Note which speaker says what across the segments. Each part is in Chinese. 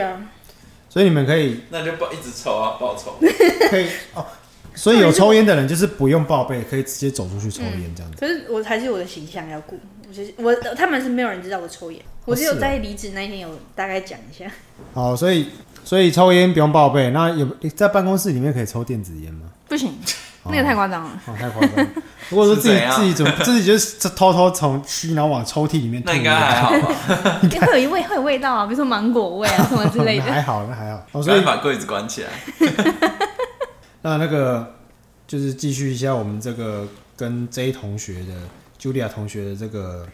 Speaker 1: 啊
Speaker 2: 所以你们 可以
Speaker 3: 哎那就报一直抽啊，报抽。
Speaker 2: 可以哦，所以有抽烟的人就是不用报备，可以直接走出去抽烟这样子。
Speaker 1: 可是我还是有我的形象要顾，我就是我他们是没有人知道我抽烟，我只
Speaker 2: 是
Speaker 1: 有
Speaker 2: 哦
Speaker 1: 在离职那一天有大概讲一下，
Speaker 2: 好，所以所以抽烟不用报备。那有在办公室里面可以抽电子烟吗？
Speaker 1: 不行，那个太夸 张了。
Speaker 2: 哦，太夸张 了。如果说自己
Speaker 3: 是怎样
Speaker 2: 自己准自己就是偷偷从吸，然后往抽屉里面 吐
Speaker 3: 那应该还好吧？
Speaker 1: 因为会有一味，会有味道啊，比如说芒果味啊什么之类 的。
Speaker 2: 还好，那还好。哦，
Speaker 3: 我
Speaker 2: 所以
Speaker 3: 把柜子关起来。
Speaker 2: 那那个就是继续一下我们这个跟 J 同学的 Julia 同学的这个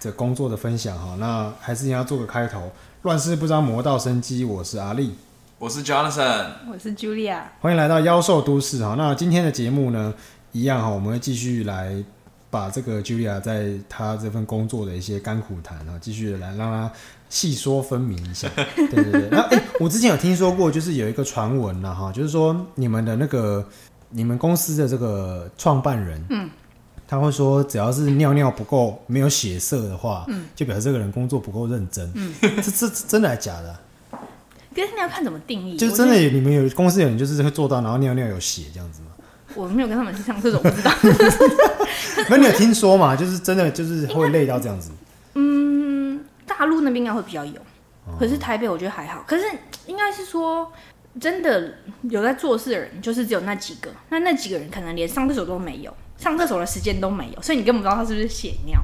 Speaker 2: 这工作的分享哈。那还是要做个开头。乱世不张，磨道生机。我是阿力。
Speaker 3: 我是 Jonathan，
Speaker 1: 我是 Julia，
Speaker 2: 欢迎来到妖兽都市哈。那今天的节目呢，一样哈，我们会继续来把这个 Julia 在她这份工作的一些甘苦谈啊，继续来让她细说分明一 下。对对对。那哎、诶我之前有听说过，就是有一个传闻呐哈，就是说你们的那个你们公司的这个创办人，嗯。他会说，只要是尿尿不够、没有血色的话，嗯、就表示这个人工作不够认真。嗯、这这这真的还是假的啊、
Speaker 1: 可是你要看怎么定义。
Speaker 2: 就
Speaker 1: 我
Speaker 2: 真的有你们有公司有人就是会做到，然后尿尿有血这样子吗？
Speaker 1: 我没有跟他们去上厕所，我 不知道。
Speaker 2: 那你有听说嘛？就是真的就是会累到这样子，
Speaker 1: 嗯，大陆那边应该会比较有，
Speaker 2: 哦
Speaker 1: 可是台北我觉得还好。可是应该是说，真的有在做事的人，就是只有那几个，那那几个人可能连上厕所都没有，上厕所的时间都没有，所以你根本不知道他是不是血尿。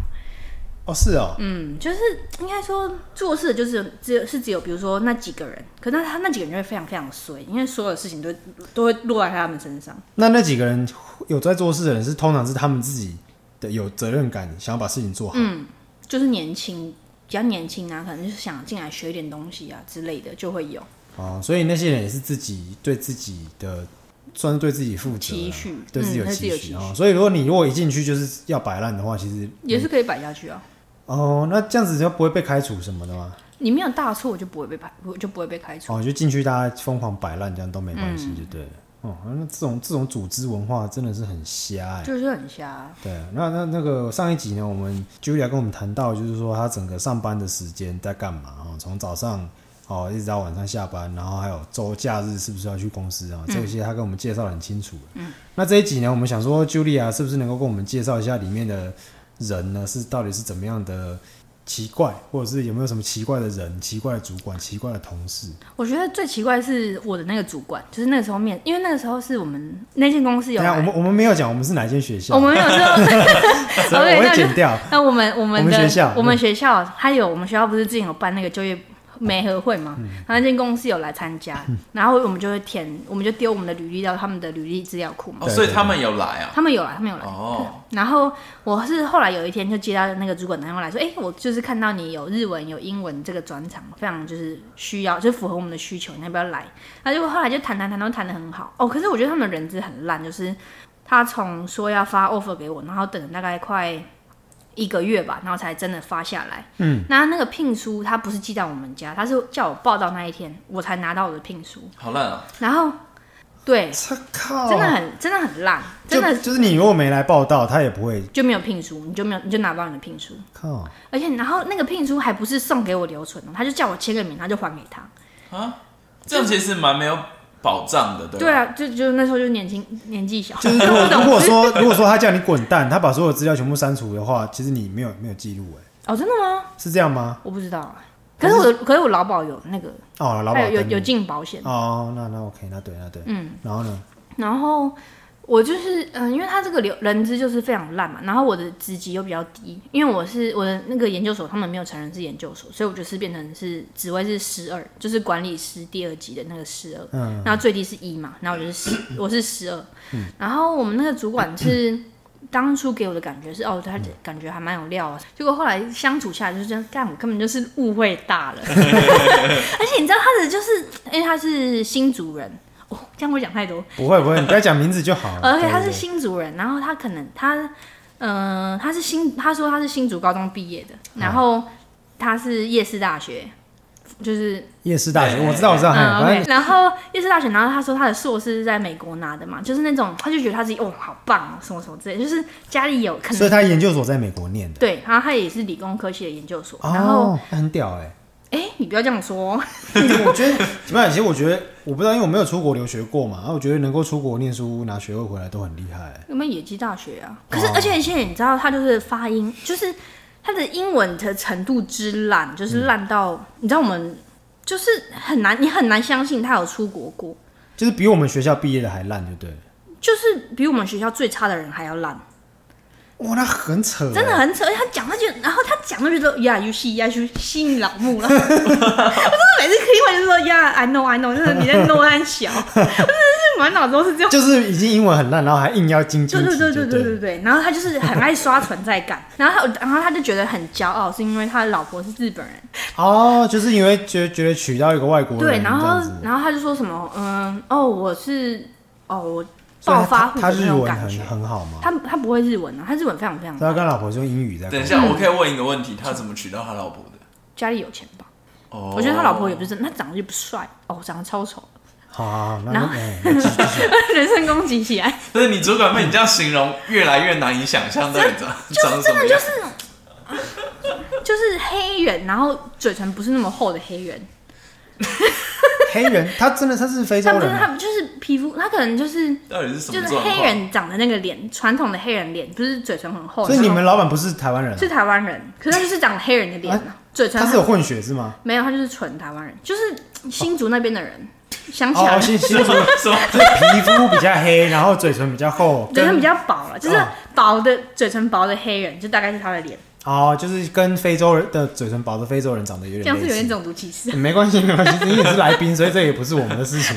Speaker 2: 哦，是哦，
Speaker 1: 嗯，就是应该说做事的就是只有是只有比如说那几个人，可那他那几个人就会非常非常衰，因为所有的事情都都会落在他们身上。
Speaker 2: 那那几个人有在做事的人是通常是他们自己的有责任感，想要把事情做好。
Speaker 1: 嗯，就是年轻，比较年轻啊，可能就是想进来学一点东西啊之类的，就会有
Speaker 2: 哦，所以那些人也是自己对自己的算是对自己负责啦，
Speaker 1: 期许
Speaker 2: 对自己有
Speaker 1: 嗯对自己
Speaker 2: 期
Speaker 1: 有
Speaker 2: 许
Speaker 1: 期
Speaker 2: 哦。所以如果你如果一进去就是要摆烂的话，其实
Speaker 1: 也是可以摆下去啊。
Speaker 2: 哦，那这样子就不会被开除什么的嘛。
Speaker 1: 你没有大错，就不会被排，我就不会被开除。
Speaker 2: 哦，就进去大家疯狂摆烂，这样都没关
Speaker 1: 嗯
Speaker 2: 系，就对了。哦，那这种这种组织文化真的是很瞎哎、
Speaker 1: 就是很瞎啊，
Speaker 2: 对，那那那个上一集呢，我们 Julia 跟我们谈到，就是说她整个上班的时间在干嘛哦，从早上哦一直到晚上下班，然后还有周假日是不是要去公司
Speaker 1: 嗯
Speaker 2: 啊、这些她跟我们介绍得很清楚嗯，那这一集呢，我们想说 Julia 是不是能够跟我们介绍一下里面的人呢，是到底是怎么样的奇怪，或者是有没有什么奇怪的人、奇怪的主管、奇怪的同事？
Speaker 1: 我觉得最奇怪是我的那个主管，就是那个时候面，因为那个时候是我们那间公司有
Speaker 2: 等一下我
Speaker 1: 来，
Speaker 2: 们我们没有讲我们是哪间学校，
Speaker 1: 我们有时候
Speaker 2: 所以
Speaker 1: OK，
Speaker 2: 我
Speaker 1: 那
Speaker 2: 会
Speaker 1: 就
Speaker 2: 剪掉。
Speaker 1: 那我们我们的
Speaker 2: 我们学校嗯
Speaker 1: 我们学校还有我们学校不是之前有办那个就业媒合会嘛，然后那间公司有来参加，
Speaker 2: 嗯
Speaker 1: 然后我们就会填，我们就丢我们的履历到他们的履历资料库嘛。
Speaker 3: 哦，
Speaker 2: 对
Speaker 3: 所以他们有来啊。
Speaker 1: 他们有来，他们有来。
Speaker 3: 哦，
Speaker 1: 然后我是后来有一天就接到那个主管打电话来说，哎、我就是看到你有日文有英文这个专场，非常就是需要，就符合我们的需求，你要不要来？那结果后来就谈谈谈都谈得很好哦，可是我觉得他们人资很烂，就是他从说要发 offer 给我，然后等了大概快。一个月吧，然后才真的发下来。嗯，那那个聘书他不是寄到我们家，他是叫我报到那一天，我才拿到我的聘书。
Speaker 3: 好烂啊！
Speaker 1: 然后，对，
Speaker 2: 操靠！
Speaker 1: 真的很真的很烂，真的
Speaker 2: 哦就就是你如果没来报道，他也不会
Speaker 1: 就没有聘书，你就没有，你就拿不到你的聘书。
Speaker 2: 靠。
Speaker 1: 而且，然后那个聘书还不是送给我留存哦的，他就叫我签个名，他就还给他。
Speaker 3: 这样其实蛮没有保障的，对吧？
Speaker 1: 对啊，就就那时候就年轻，年纪小，
Speaker 2: 就是如果 如果说如果说他叫你滚蛋，他把所有资料全部删除的话，其实你没有没有记录哎，
Speaker 1: 哦，真的吗？
Speaker 2: 是这样吗？
Speaker 1: 我不知道啊。可是我的，可是我劳保有那个，
Speaker 2: 哦，老
Speaker 1: 还
Speaker 2: 板
Speaker 1: 有有有进保险，
Speaker 2: 哦，那那 OK，那对那对，
Speaker 1: 嗯。
Speaker 2: 然后呢？
Speaker 1: 然后我就是，嗯、因为他这个流人资就是非常烂嘛，然后我的职级又比较低，因为我是我的那个研究所，他们没有承认是研究所，所以我就是变成是职位是十二，就是管理师第二级的那个十二。
Speaker 2: 嗯，
Speaker 1: 然后最低是一嘛，然后我就是十，我是十二、然后我们那个主管是当初给我的感觉是，哦，他感觉还蛮有料啊。结果后来相处下来就是这样，干我根本就是误会大了。而且你知道他的就是，因为他是新族人，哦，这样会讲太多。
Speaker 2: 不会不会，你不要讲名字 就好了。
Speaker 1: 而且哦他
Speaker 2: 啊对
Speaker 1: 是
Speaker 2: 对
Speaker 1: 新族人，然后他可能他，嗯、他是新，他说他是新竹高中毕业的，
Speaker 2: 啊
Speaker 1: 然后他是夜市大学，就是
Speaker 2: 夜市大学，
Speaker 3: 对
Speaker 2: 我知道我知道，嘿
Speaker 1: 嗯
Speaker 2: 啊反正
Speaker 1: ，OK。然后夜市大学，然后他说他的硕士是在美国拿的嘛，就是那种他就觉得他自己哦好棒哦，什么什么之类的，就是家里有可
Speaker 2: 所
Speaker 1: 能
Speaker 2: 以他研究所在美国念的，哦
Speaker 1: 对，然后他也是理工科系的研究所，然后
Speaker 2: 哦，那很屌哎，
Speaker 1: 哎、你不要这样说哦，
Speaker 2: 我觉得怎么样？其实我觉得我不知道，因为我没有出国留学过嘛，然后我觉得能够出国念书拿学位回来都很厉害。
Speaker 1: 有没有野鸡大学啊？可是
Speaker 2: 哦
Speaker 1: 而且现在你知道，他就是发音，就是他的英文的程度之烂，就是烂到、你知道我们就是很难，你很难相信他有出国过，
Speaker 2: 就是比我们学校毕业的还烂，就对了。
Speaker 1: 就是比我们学校最差的人还要烂。
Speaker 2: 哇，那很扯，欸
Speaker 1: 真的很扯，而且他讲他就，然后他讲就觉得呀，尤西呀，尤西你老木了。 我真的每次听完就说呀，I know I know，真的你在 know 很小， 我真的是满脑子都是 这样。
Speaker 2: 就是已经英文很烂，然后还硬要精进
Speaker 1: 对
Speaker 2: 自
Speaker 1: 对
Speaker 2: 己，
Speaker 1: 对对
Speaker 2: 对
Speaker 1: 对
Speaker 2: 了
Speaker 1: 对对，然后他 就是很爱刷存在感，然后他然后他就觉得很骄傲，是因为他的老婆是日本人，
Speaker 2: 哦，就是因为觉觉得娶到一个外国人，
Speaker 1: 对，然
Speaker 2: 这
Speaker 1: 后
Speaker 2: 样子
Speaker 1: 然后他就说什么，嗯，哦，我是哦，我
Speaker 2: 所以
Speaker 1: 暴
Speaker 2: 他
Speaker 1: 发户
Speaker 2: 他
Speaker 1: 的那
Speaker 2: 日
Speaker 1: 种
Speaker 2: 文
Speaker 1: 感
Speaker 2: 很
Speaker 1: 觉。
Speaker 2: 很好嘛，
Speaker 1: 他他不会日文啊，他日文非常非常
Speaker 2: 所以，他跟老婆是用英语在沟
Speaker 3: 等一
Speaker 2: 通。
Speaker 3: 下，我可以问一个问题，他怎么娶到他老婆的？
Speaker 1: 家里有钱吧？
Speaker 3: 哦，
Speaker 1: 我觉得他老婆也不是真，他长得就不帅哦，长得超丑。
Speaker 2: 好好好，那
Speaker 1: 然
Speaker 2: 那
Speaker 1: 后
Speaker 2: 哎那继续
Speaker 1: 人身攻击起来，
Speaker 3: 但是你主管被你这样形容，越来越难以想象到底长长什么样。
Speaker 1: 就是就是黑人，然后嘴唇不是那么厚的黑人，
Speaker 2: 黑人，他真的他是非
Speaker 1: 他
Speaker 2: 洲
Speaker 1: 不是
Speaker 2: 人
Speaker 1: 他
Speaker 2: 啊，
Speaker 1: 不就是皮肤，他可能就是
Speaker 3: 到底是什
Speaker 1: 就
Speaker 3: 么
Speaker 1: 是
Speaker 3: 状况？
Speaker 1: 黑人长的那个脸，传统的黑人脸，不是嘴唇很厚，
Speaker 2: 所以你们
Speaker 1: 然
Speaker 2: 老板不是台湾人
Speaker 1: 后
Speaker 2: 啊，
Speaker 1: 是台湾人，可是他就是长黑人的脸啊，嘴唇
Speaker 2: 他是
Speaker 1: 很
Speaker 2: 有混血是吗？
Speaker 1: 没有，他就是纯台湾人，就是新竹那边的人，想起来
Speaker 2: 哦，
Speaker 1: 了。
Speaker 2: 是是，
Speaker 3: 什么什么？
Speaker 2: 就是皮肤比较黑，然后嘴唇比较厚，
Speaker 1: 嘴唇比
Speaker 2: 跟
Speaker 1: 较薄了，就是
Speaker 2: 哦
Speaker 1: 薄的、嘴唇薄的黑人，就大概是他的脸，
Speaker 2: 哦，就是跟非洲人的嘴唇薄的非洲人长得有
Speaker 1: 这
Speaker 2: 点
Speaker 1: 样是
Speaker 2: 类
Speaker 1: 有点
Speaker 2: 似。
Speaker 1: 种族歧视。
Speaker 2: 没关系，没关系，你也是来宾，所以这也不是我们的事情。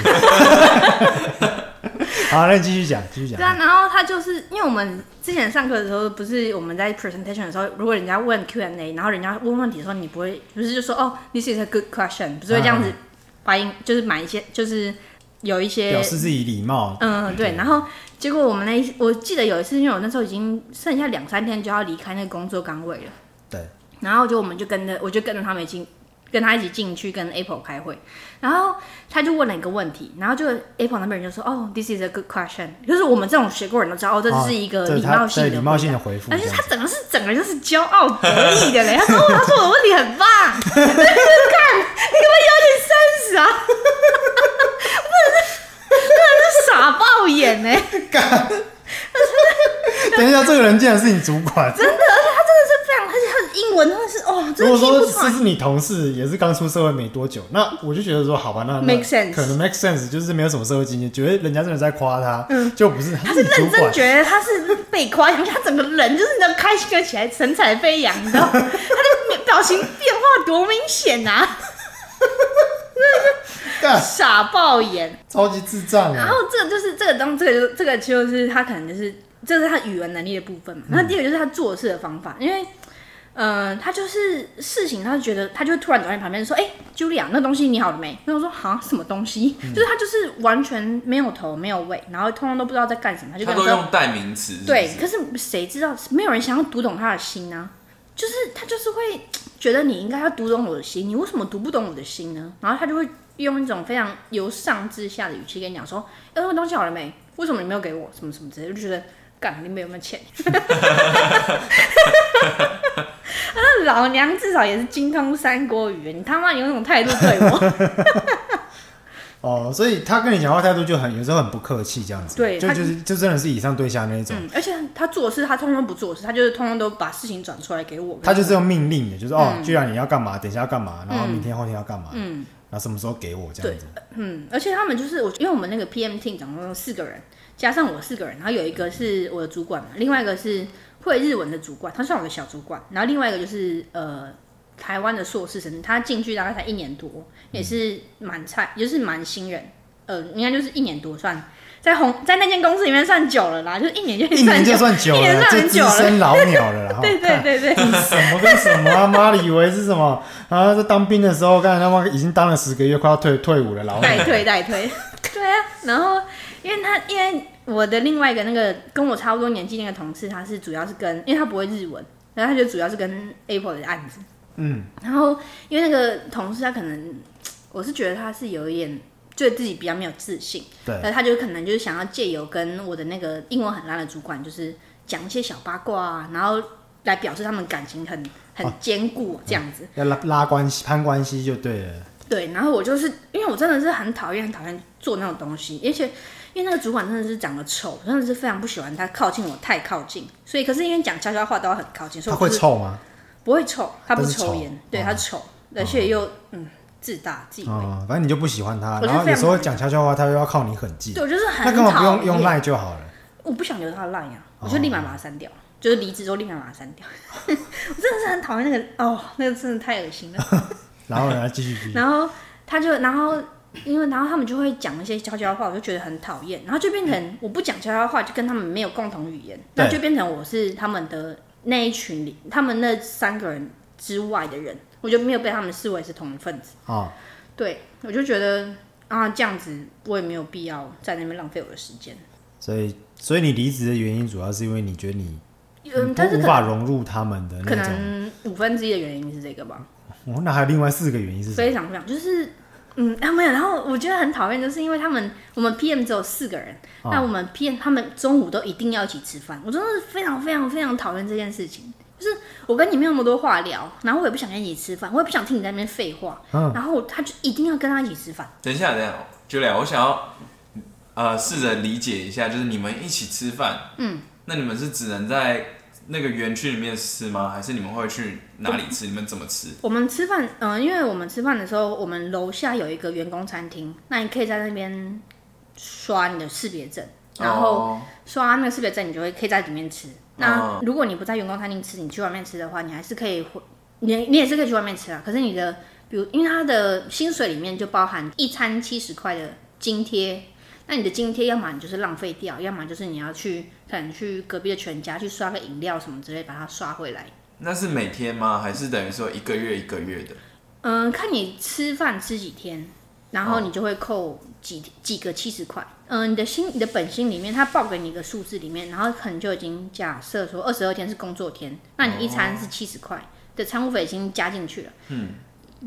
Speaker 2: 好，那你继续讲，继续
Speaker 1: 对
Speaker 2: 讲。
Speaker 1: 啊，然后他就是因为我们之前上课的时候，不是我们在 presentation 的时候，如果人家问 Q&A，然后人家问问题的时候，你不会不是就说哦，this is a good question，不是会这样
Speaker 2: 啊
Speaker 1: 子发音，就是买一些，就是有一些
Speaker 2: 表示自己礼貌，
Speaker 1: 嗯对，然后结果我们那一我记得有一次，因为我那时候已经剩下两三天就要离开那个工作岗位了，
Speaker 2: 对，
Speaker 1: 然后就我们就跟着我就跟着他们一起跟他一起进去跟 Apple 开会，然后他就问了一个问题，然后就 Apple 那边人就说哦，this is a good question，就是我们这种学过人都知道，哦，这
Speaker 2: 哦
Speaker 1: 是一个
Speaker 2: 这
Speaker 1: 礼
Speaker 2: 是他
Speaker 1: 貌性的
Speaker 2: 对礼貌性
Speaker 1: 回答。哎
Speaker 2: 的回复
Speaker 1: 而
Speaker 2: 这
Speaker 1: 且
Speaker 2: 样
Speaker 1: 他
Speaker 2: 子，
Speaker 1: 整个是整个就是骄傲得意的嘞，他说哦，他说我的问题很棒， 我就是看你可不可以有点 sense 啊？ 不然是不然是傻爆眼呢、
Speaker 2: 等一下，这个人竟然是你主管。
Speaker 1: 真的，而且他真的是非常，而且他的英文真的是哦，
Speaker 2: 如
Speaker 1: 真的
Speaker 2: 果
Speaker 1: 听
Speaker 2: 说
Speaker 1: 不出
Speaker 2: 这
Speaker 1: 来。
Speaker 2: 是你同事，也是刚出社会没多久，那我就觉得说，好吧，那那
Speaker 1: Make sense
Speaker 2: 可能 make sense，就是没有什么社会经验，觉得人家真的在夸他，就不是他
Speaker 1: 嗯他是
Speaker 2: 你主
Speaker 1: 认真
Speaker 2: 管，
Speaker 1: 觉得他是被夸奖，他整个人就是你知道开心了起来，神采飞扬，你知道他的表情变化多明显呐、
Speaker 2: 干
Speaker 1: 傻爆眼。
Speaker 2: 超级智障
Speaker 1: 然
Speaker 2: 啊！
Speaker 1: 后这个就是这个当这个就这个就是他可能就是这是他语文能力的部分嘛。
Speaker 3: 嗯
Speaker 1: 那第二个就是他做事的方法，因为。呃，他就是事情，他就觉得他就突然走在你旁边说：“哎、茱莉亚，那东西你好了没？”那我说：“哈，什么东西？”
Speaker 3: 嗯
Speaker 1: 就是他就是完全没有头没有尾，然后通通都不知道在干什么，他就
Speaker 3: 他
Speaker 1: 跟我
Speaker 3: 都
Speaker 1: 说：“
Speaker 3: 用代名词，是不是
Speaker 1: 对，可是谁知道？没有人想要读懂他的心啊！就是他就是会觉得你应该要读懂我的心，你为什么读不懂我的心呢？然后他就会用一种非常由上至下的语气跟你讲说：“哎、那个东西好了没？为什么你没有给我？什么什么之类的。”就觉得干你们有没有钱？ 那老娘至少也是精通三国语言，你他妈有那种态度对 我？
Speaker 2: 哦，所以他跟你讲话态度就很有时候很不客气，这样子，
Speaker 1: 对
Speaker 2: 就
Speaker 1: 他
Speaker 2: 就是就真的是以上对下那一种，
Speaker 1: 嗯，而且他做事他通通不做事，他就是通通都把事情转出来给我。
Speaker 2: 他就是用命令的，就是
Speaker 1: 嗯
Speaker 2: 哦，居然你要干嘛，等一下要干嘛，然后明天后天要干嘛，嗯，然后什么时候给我这样子，
Speaker 1: 嗯，而且他们就是我，因为我们那个 PM team 总共有四个人，加上我四个人，然后有一个是我的主管嘛，另外一个是会日文的主管，他算我的小主管，然后另外一个就是呃台湾的硕士生，他进去大概才一年多，也是蛮菜，就是蛮新人，呃，应该就是一年多算在红在那间公司里面算久了啦，就是一年就
Speaker 2: 一年就
Speaker 1: 久，
Speaker 2: 算 久
Speaker 1: 一年
Speaker 2: 了，
Speaker 1: 算
Speaker 2: 这
Speaker 1: 很
Speaker 2: 资
Speaker 1: 久了
Speaker 2: 深老鸟 了啦，哈
Speaker 1: 对对对对，
Speaker 2: 什么跟什 么啊？妈的，以为是什么？啊，在当兵的时候，刚才他妈已经当了十个月，快要退退伍了，老
Speaker 1: 代
Speaker 2: 板。
Speaker 1: 退代退，对啊。然后因为他因为我的另外一个那个跟我差不多年纪那个同事，他是主要是跟，因为他不会日文，然后他就主要是跟 Apple 的案子。
Speaker 2: 嗯，
Speaker 1: 然后因为那个同事他可能，我是觉得他是有一点对自己比较没有自信，
Speaker 2: 对，
Speaker 1: 而他就可能就是想要借由跟我的那个英文很烂的主管，就是讲一些小八卦啊，然后来表示他们感情很很
Speaker 2: 哦
Speaker 1: 坚固这样子。
Speaker 2: 要拉拉关系、攀关系就对了。
Speaker 1: 对，然后我就是因为我真的是很讨厌、很讨厌做那种东西，而且因为那个主管真的是长得丑，真的是非常不喜欢他靠近我太靠近，所以可是因为讲悄悄话都要很靠近，所以
Speaker 2: 他
Speaker 1: 我就
Speaker 2: 会
Speaker 1: 是
Speaker 2: 臭吗？
Speaker 1: 不会臭，他不
Speaker 2: 但是
Speaker 1: 抽
Speaker 2: 丑哦
Speaker 1: 烟，对他丑，而且又嗯自大自以为，
Speaker 2: 啊、反正你就不喜欢他，
Speaker 1: 嗯我就
Speaker 2: 然后
Speaker 1: 非
Speaker 2: 有
Speaker 1: 常
Speaker 2: 时候讲悄悄话，他又要靠你很近，
Speaker 1: 对我就是
Speaker 2: 那
Speaker 1: 很
Speaker 2: 根本不
Speaker 1: 讨
Speaker 2: 用用哦
Speaker 1: 厌。
Speaker 2: 赖就好了。
Speaker 1: 我不想留他的 line 啊，我就立马把他删掉，就是离职之后立马把他删掉。 我真的是很讨厌那个哦，那个真的太恶心了。
Speaker 2: 然后呢，继续 继续，
Speaker 1: 然后他就，然后因为然后他们就会讲一些悄悄话，我就觉得很讨厌，然后就变成我不讲悄悄话，就跟他们没有共同语言，
Speaker 2: 嗯对
Speaker 1: 那就变成我是他们的那一群里，他们那三个人之外的人，我就没有被他们视为是同一份子。
Speaker 2: 啊、
Speaker 1: 对，我就觉得啊，这样子我也没有必要在那边浪费我的时间。
Speaker 2: 所以所以你离职的原因主要是因为你觉得你
Speaker 1: 嗯，
Speaker 2: 你
Speaker 1: 但
Speaker 2: 不
Speaker 1: 是
Speaker 2: 无
Speaker 1: 可
Speaker 2: 法融入他们的
Speaker 1: 可
Speaker 2: 那种。
Speaker 1: 能五分之一的原因是这个吧。
Speaker 2: 哦，那还有另外四个原因是什么？
Speaker 1: 非常非常就是。嗯，啊没有，然后我觉得很讨厌，就是因为他们我们 PM 只有四个人，
Speaker 2: 哦
Speaker 1: 那我们 PM 他们中午都一定要一起吃饭，我真的是非常非常非常讨厌这件事情。就是我跟你没有那么多话聊，然后我也不想跟你一起吃饭，我也不想听你在那边废话，
Speaker 2: 嗯
Speaker 1: 然后他就一定要跟他一起吃饭。
Speaker 3: 等一下，等一下，Julia，我想要呃试着理解一下，就是你们一起吃饭，嗯，那你们是只能在那个园区里面吃吗？还是你们会去哪里
Speaker 1: 嗯
Speaker 3: 吃？你们怎么吃？
Speaker 1: 我们吃饭，嗯、因为我们吃饭的时候，我们楼下有一个员工餐厅，那你可以在那边刷你的识别证，然后
Speaker 3: 哦
Speaker 1: 刷啊那个识别证，你就会可以在里面吃。那
Speaker 3: 哦
Speaker 1: 如果你不在员工餐厅吃，你去外面吃的话，你还是可以回，你你也是可以去外面吃啊。可是你的，比如因为它的薪水里面就包含一餐七十块的津贴，那你的津贴要么你就是浪费掉，要么就是你要去可能去隔壁的全家去刷个饮料什么之类，把它刷回来。
Speaker 3: 那是每天吗？还是等于说一个月一个月的？
Speaker 1: 嗯，看你吃饭吃几天，然后你就会扣几几个七十块。嗯，你的薪你的本薪里面，他报给你一个数字里面，然后可能就已经假设说二十二天是工作天，那你一餐是七十块的餐务费已经加进去了。嗯，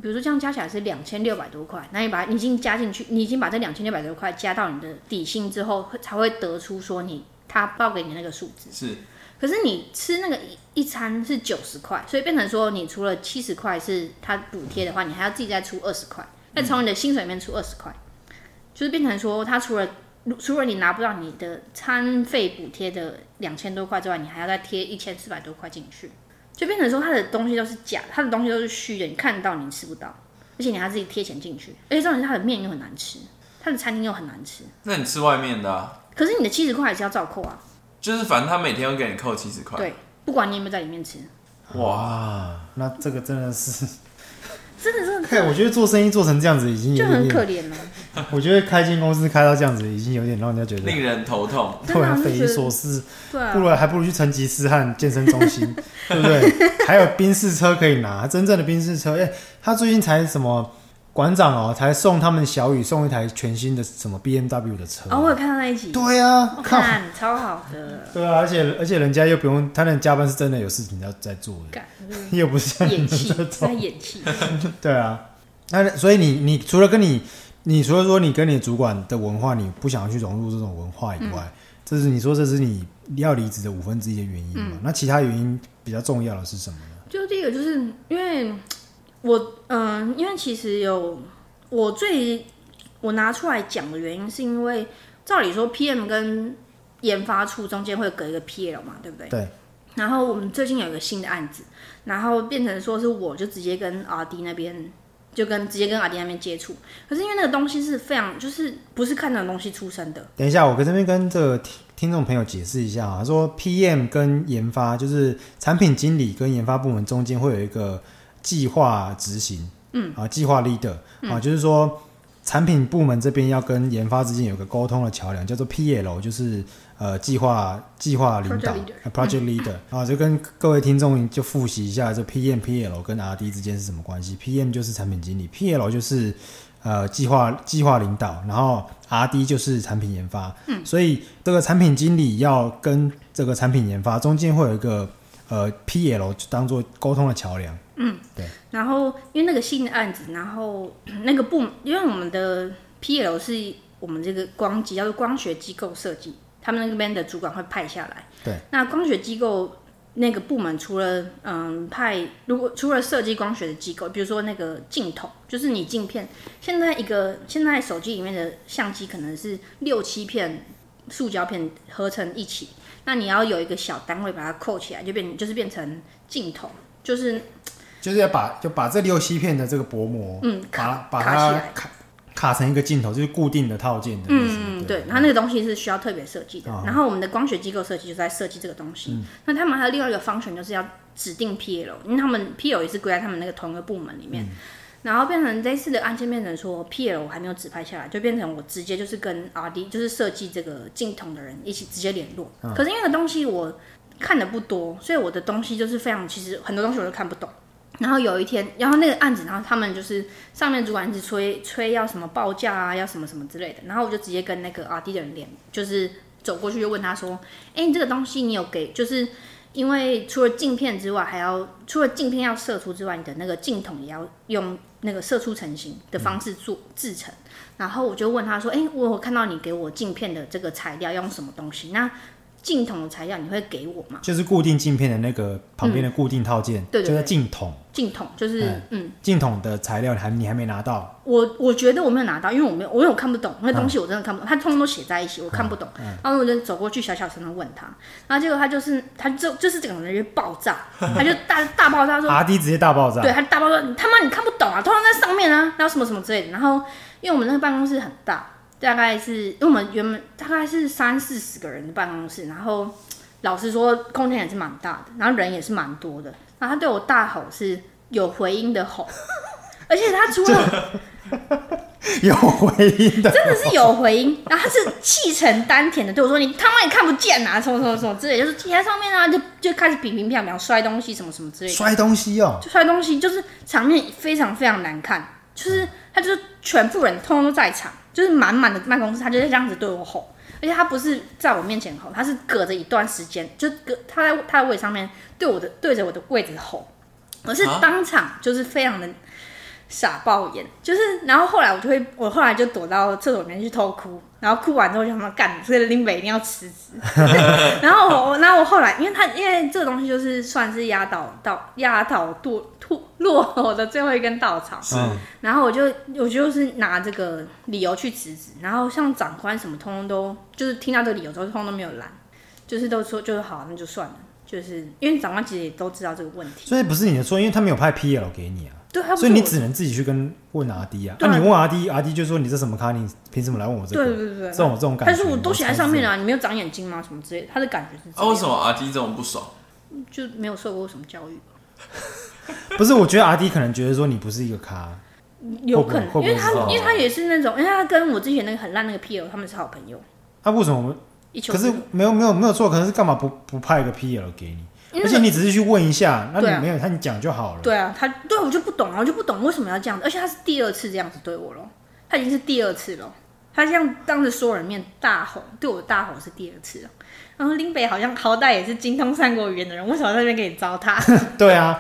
Speaker 1: 比如说这样加起来是两千六百多块，那你把你已经加进去，你已经把这两千六百多块加到你的底薪之后，会才会得出说你他报给你那个数字。
Speaker 3: 是
Speaker 1: 可是你吃那个一一餐是九十块，所以变成说你除了七十块是他补贴的话，你还要自己再出二十块，再从你的薪水里面出二十块，就是变成说他除了除了你拿不到你的餐费补贴的两千多块之外，你还要再贴一千四百多块进去，就变成说他的东西都是假的，他的东西都是虚的，你看得到你吃不到，而且你还要自己贴钱进去，而且重点是他的面又很难吃，他的餐厅又很难吃，
Speaker 3: 那你吃外面的、啊，
Speaker 1: 可是你的七十块还是要照扣啊，
Speaker 3: 就是反正他每天会给你扣七十块。
Speaker 1: 对，不管你有没有在里面吃，
Speaker 3: 哇，
Speaker 2: 啊，那这个真的是，
Speaker 1: 真的真的。
Speaker 2: 嘿，我觉得做生意做成这样子已经
Speaker 1: 就
Speaker 2: 有
Speaker 1: 很
Speaker 2: 一
Speaker 1: 可
Speaker 2: 点，
Speaker 1: 怜了，啊
Speaker 2: 我觉得开间公司开到这样子已经有点让人家觉得
Speaker 3: 令人头痛。
Speaker 1: 真的啊
Speaker 2: 然
Speaker 1: 就
Speaker 2: 匪
Speaker 1: 觉
Speaker 2: 夷
Speaker 1: 得
Speaker 2: 所思，
Speaker 1: 对
Speaker 2: 不
Speaker 1: 啊，
Speaker 2: 如还不如去成吉思汗健身中心， 对不对？还有宾士车可以拿，真正的宾士车。哎、他最近才什么馆长哦，才送他们小雨送一台全新的什么 B M W 的车。
Speaker 1: 哦，我有看到那一集，
Speaker 2: 对啊
Speaker 1: 我，
Speaker 2: 靠，
Speaker 1: 看超好的，
Speaker 2: 对啊，而且而且人家又不用，他那加班是真的有事情要在做的，
Speaker 1: 干就是
Speaker 2: 又不是像你
Speaker 1: 演
Speaker 2: 们
Speaker 1: 戏
Speaker 2: 这
Speaker 1: 是在
Speaker 2: 种。
Speaker 1: 演戏，
Speaker 2: 对啊，那所以你你除了跟你，你除了说你跟你的主管的文化，你不想要去融入这种文化以外，
Speaker 1: 嗯
Speaker 2: 这是你说这是你要离职的五分之一的原因嘛？
Speaker 1: 嗯
Speaker 2: 那其他原因比较重要的是什么呢？
Speaker 1: 就第一个就是因为我嗯、因为其实有我最我拿出来讲的原因，是因为照理说 PM 跟研发处中间会隔一个 PL 嘛，对不对？
Speaker 2: 对。
Speaker 1: 然后我们最近有一个新的案子，然后变成说是我就直接跟 R D 那边。就跟直接跟 R D 那边接触，可是因为那个东西是非常，就是不是看那种东西出身的，
Speaker 2: 等一下，我跟这边跟这个听听众朋友解释一下啊，说 PM 跟研发就是产品经理跟研发部门中间会有一个计划执行，嗯，啊，计划 leader 啊，就是说产品部门这边要跟研发之间有个沟通的桥梁，叫做 PL，就是呃计划计划领导
Speaker 1: Project
Speaker 2: 啊 project leader 啊，就跟各位听众就复习一下，这 PM、PL 跟 RD 之间是什么关系？PM 就是产品经理，PL 就是呃计划计划领导，然后 R D 就是产品研发，嗯，所以这个产品经理要跟这个产品研发中间会有一个呃 P L 就当做沟通的桥梁，
Speaker 1: 然后因为那个新的案子，然后 那个部，因为我们的 PL 是我们这个光机，叫做光学机构设计，他们那边的主管会派下来。
Speaker 2: 对，
Speaker 1: 那光学机构那个部门除了嗯派，如果除了设计光学的机构，比如说那个镜头，就是你镜片，现在一个现在手机里面的相机可能是六七片塑胶片合成一起，那你要有一个小单位把它扣起来，就变就是变成镜头，就是
Speaker 2: 就是要把就把这六七片的这个薄膜，
Speaker 1: 嗯
Speaker 2: 把
Speaker 1: 卡
Speaker 2: 把
Speaker 1: 卡起
Speaker 2: 它
Speaker 1: 来。
Speaker 2: 卡卡成一个镜头，就是固定的套件的意思。
Speaker 1: 嗯，
Speaker 2: 对
Speaker 1: 对，，然后那个东西是需要特别设计的。然后我们的光学机构设计就在设计这个东西。那他们还有另外一个方 u 就是要指定 PL，因为他们 PL 也是归在他们那个同一个部门里面。然后变成这次的案件变成说 PL 我还没有指派下来，就变成我直接就是跟 RD 就是设计这个镜头的人一起直接联络。可是因为那个东西我看的不多，所以我的东西就是非常其实很多东西我都看不懂。然后有一天，然后那个案子，然后他们就是上面主管一哎直催催要什么报价啊，要什么什么之类的，然后我就直接跟那个 R D 的人联，就是走过去就问他说：“哎，你这个东西你有给？就是因为除了镜片之外，还要除了镜片要射出之外，你的那个镜筒也要用那个射出成型的方式做制成。”然后我就问他说：“哎，我有看到你给我镜片的这个材料用什么东西？那镜筒的材料你会给我吗？
Speaker 2: 就是固定镜片的那个旁边的固定套件，
Speaker 1: 嗯对对对
Speaker 2: 就在镜筒，
Speaker 1: 镜筒就是
Speaker 2: 嗯
Speaker 1: 嗯
Speaker 2: 镜筒的材料还你还没拿到，
Speaker 1: 我我觉得我没有拿到，因为我没有，我有看不懂那东西，我真的看不懂，他通通都写在一起，我看不懂。然后我就走过去，小小声的问他，然后结果他就是他就就是整个人就爆炸，他就大大爆炸说，
Speaker 2: 阿迪直接大爆炸，
Speaker 1: 嗯对，他就大爆炸，你他妈你看不懂啊，通常在上面啊，然后什么什么之类的。然后因为我们那个办公室很大，大概是因为我们原本大概是三四十个人的办公室，然后老实说空间也是蛮大的，然后人也是蛮多的。然后他对我大吼是有回音的吼，而且他除了
Speaker 2: 有回音的，
Speaker 1: 真的是有回音，然后他是气沉丹田的对我说：“你他妈你看不见啊，什么什么什么之类的，就是贴在上面啊，就就开始乒乒乓乓摔东西什么什么之类的，
Speaker 2: 摔东西哦，
Speaker 1: 就摔东西，就是场面非常非常难看，就是他就是全部人通通都在场，就是满满的办公室，他就是这样子对我吼，而且他不是在我面前吼，他是隔着一段时间，就隔他在他的位置上面对我的对着我的位置吼，我是
Speaker 3: 啊
Speaker 1: 当场就是非常的傻爆眼，就是，然后后来我就会，我后来就躲到厕所里面去偷哭，然后哭完之后就想说，干，这个林北一定要辞职。 然后我，我然后我后来，因为他因为这个东西就是算是压倒到压倒堕吐落后的最后一根稻草，
Speaker 3: 是
Speaker 2: 嗯
Speaker 1: 然后我就我就是拿这个理由去辞职，然后像长官什么通通都就是听到这个理由之后，通通都没有拦，就是都说就是好，那就算了，就是因为长官其实也都知道这个问题，
Speaker 2: 所以不是你的错，因为他没有派 PL 给你啊，
Speaker 1: 对，他不
Speaker 2: 所
Speaker 1: 是
Speaker 2: 以你
Speaker 1: 我
Speaker 2: 只能自己去跟问阿迪啊，
Speaker 1: 对
Speaker 2: 那
Speaker 1: 啊
Speaker 2: 你问阿迪，阿迪就说你这什么卡，你凭什么来问我这
Speaker 1: 对
Speaker 2: 个？
Speaker 1: 对对
Speaker 2: 这种这种感
Speaker 1: 但
Speaker 2: 觉，
Speaker 1: 是我都写在上面了、
Speaker 2: 了，
Speaker 1: 你没有长眼睛吗？什么之类的，他的感觉是这
Speaker 2: 哦
Speaker 3: 啊，为
Speaker 1: 样，
Speaker 3: 什么阿 D 这种不爽？
Speaker 1: 就没有受过什么教育，
Speaker 2: 不是，我觉得阿迪可能觉得说你不是一个咖，
Speaker 1: 有可能，
Speaker 2: 会不会
Speaker 1: 因为他
Speaker 2: 会不
Speaker 3: 会是
Speaker 1: 因为他也是那种，因为他跟我之前那个很烂那个 PL 他们是好朋友，
Speaker 2: 那为什么我们？
Speaker 1: 一球
Speaker 2: 可是没有没有没有错，可是干嘛不不派个 PL 给你？
Speaker 1: 因
Speaker 2: 而
Speaker 1: 为
Speaker 2: 且你只是去问一下，那
Speaker 1: 对啊
Speaker 2: 你没有，他你讲就好了。
Speaker 1: 对啊，他对我就不懂啊，我就不懂为什么要这样子，而且他是第二次这样子对我了，他已经是第二次了，他这样当着所有人面大吼，对我大吼是第二次了。然后林北好像好歹也是精通三国语言的人，为什么在那边给你糟蹋？
Speaker 2: 对啊，